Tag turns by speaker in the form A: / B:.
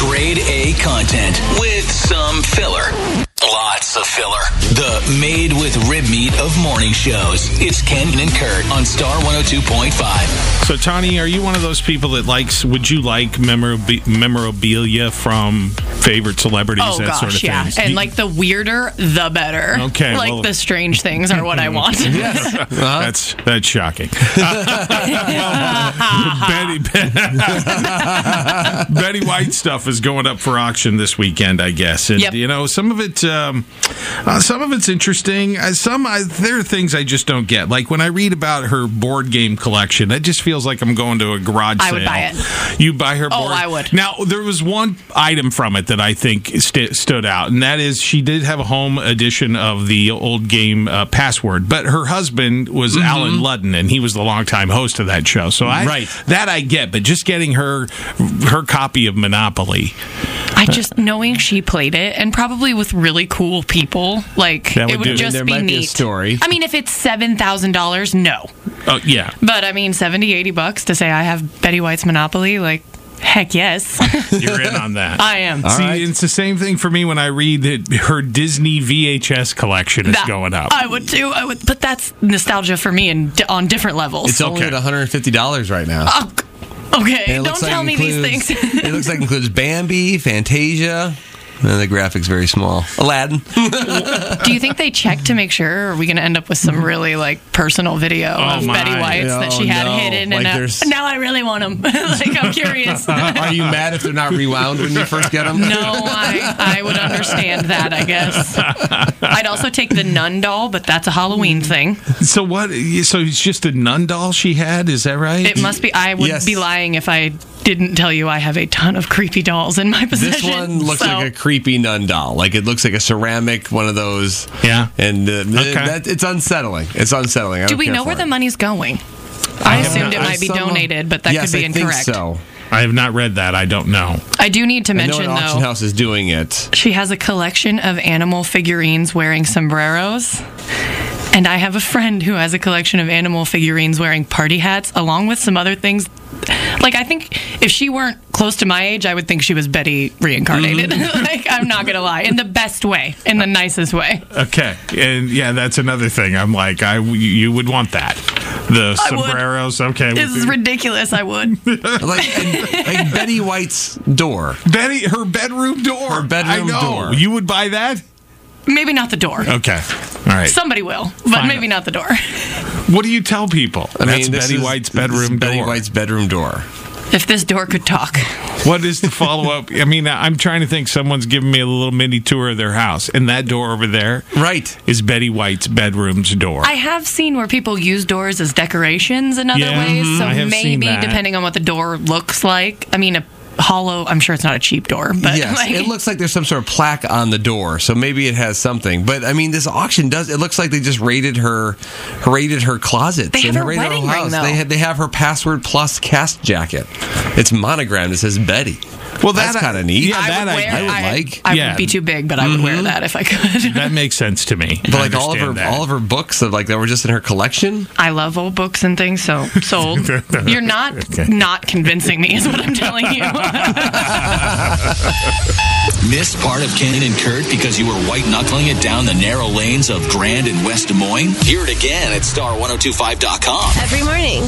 A: grade A content with some filler. Lots of filler. The made with rib meat of morning shows. It's Ken and Kurt on Star 102.5.
B: So, Tony, are you one of those people that likes? Would you like memorab- memorabilia from favorite celebrities?
C: Oh
B: that
C: gosh,
B: sort of
C: yeah.
B: things? Do
C: And
B: you-
C: like the weirder, the better.
B: Okay,
C: Like
B: well-
C: the strange things are what I want.
B: that's that's shocking. Betty Betty White stuff is going up for auction this weekend, I guess. And
C: Yep.
B: you know, some of it, um, uh, some of it's interesting. Uh, some I, there are things I just don't get. Like when I read about her board game collection, that just feels like I'm going to a garage
C: I
B: sale.
C: would buy
B: it. You buy her.
C: Oh,
B: board.
C: I would.
B: Now there was one item from it that I think st- stood out, and that is she did have a home edition of the old game uh, Password, but her husband was Alan Ludden, and he was the longtime host of that show. So I
D: Right.
B: that I get, but just getting her her copy of Monopoly
C: I just knowing she played it and probably with really cool people, like
B: That
C: it
B: would
C: would
B: do it.
C: just
D: There
C: be
D: might
C: neat.
D: be a story.
C: I mean, if it's seven thousand dollars, no.
B: Oh yeah.
C: But I mean, 70, 80 bucks to say I have Betty White's Monopoly, like, heck yes,
B: You're in on that.
C: I am.
B: See,
D: right.
B: it's the same thing for me when I read that her Disney VHS collection is
C: That-
B: going up.
C: I would too. I would, but that's nostalgia for me and d- on different levels.
D: It's Uh, only
B: Okay.
D: at one hundred and fifty dollars right now.
C: Oh, g- okay,
D: And it
C: don't
D: looks like
C: tell me these
D: includes-
C: things.
D: it looks like includes Bambi, Fantasia. and the graphics very small. Aladdin.
C: Do you think they check to make sure? Or are we going to end up with some really like personal video
B: Oh,
C: of
B: my.
C: Betty White's that she
D: Mm-hmm. Oh,
C: had
D: no.
C: hidden?
D: Like,
C: and uh,
D: there's-
C: now I really want them. like I'm curious. no,
D: Are you mad if they're not rewound when you first get them?
C: I, I would understand that. I guess I'd also take the nun doll, but that's a Halloween
D: Mm-hmm.
C: thing.
B: so what? So it's just a nun doll she had. Is that right?
C: It must be. I would
D: Yes.
C: be lying if I didn't tell you I have a ton of creepy dolls in my possession.
D: This one looks
C: so-
D: like a creepy nun doll. Like it looks like a ceramic one of those.
B: Yeah.
D: And uh,
B: Okay.
D: that, it's unsettling. It's unsettling. I
C: Do
D: don't
C: we
D: care
C: know
D: for
C: where
D: it.
C: the money's going? I,
B: have
C: assumed
B: no-
C: it might be
D: Someone-
C: donated, but that
D: Yes,
C: could be
D: I think
C: incorrect.
D: so.
B: I have not read that. I don't know.
C: I do need to
D: I know
C: mention
D: an auction
C: though.
D: house is doing it.
C: She has a collection of animal figurines wearing sombreros. And I have a friend who has a collection of animal figurines wearing party hats, along with some other things. Like, I think if she weren't close to my age, I would think she was Betty reincarnated.
B: Mm-hmm.
C: like, I'm not going to lie. In the best way, in the nicest way.
B: Okay, and yeah, that's another thing. I'm like, I you would want that. The
C: I would.
B: sombreros. Okay, would
C: This is
B: be-
C: ridiculous. I would.
D: Like, and- like Betty White's door.
B: Betty, her bedroom door. Her
D: bedroom door.
B: You would buy that?
C: Maybe not the door.
B: Okay. All right.
C: Somebody will, but
B: Fine.
C: maybe not the door.
B: what do you tell people?
D: I
B: that's
D: mean, this
B: Betty
D: is-
B: White's
D: this is
B: bedroom
D: Betty
B: door.
D: White's bedroom door.
C: If this door could talk.
B: What is the follow up? I mean, I'm trying to think. Someone's giving me a little mini tour of their house, and that door over there
D: Right.
B: is Betty White's bedroom's door.
C: I have seen where people use doors as decorations in other
B: Yeah, mm-hmm.
C: ways. So
B: I have seen
C: maybe
B: that.
C: depending on what the door looks like. I mean, a hollow. I'm sure it's not a cheap door, but
D: yes,
C: like,
D: it looks like there's some sort of plaque on the door, so maybe it has something. But I mean, this auction does. It looks like they just raided her, raided her closets.
C: They have
D: and
C: her
D: raided
C: wedding
D: whole
C: ring,
D: house.
C: though.
D: They have, they have her password plus cast jacket. It's monogrammed. It says Betty.
B: Well,
D: that's
B: that I-
D: kind of neat.
B: yeah,
C: I
B: that
C: would
B: I-
C: wear.
B: I
D: would like. Mm-hmm.
C: I
B: Yeah.
C: would be too big, but I would wear that if I could.
B: that makes sense to me.
D: But
B: I
D: like all of her,
B: understand that.
D: all of her books that like that were just in her collection.
C: I love old books and things, so sold. You're not
B: Okay.
C: not convincing me, is what I'm telling you.
A: Miss part of Ken and Kurt because you were white knuckling it down the narrow oh lanes of Grand and West Des Moines? Hear it again at star1025.com.
E: every morning.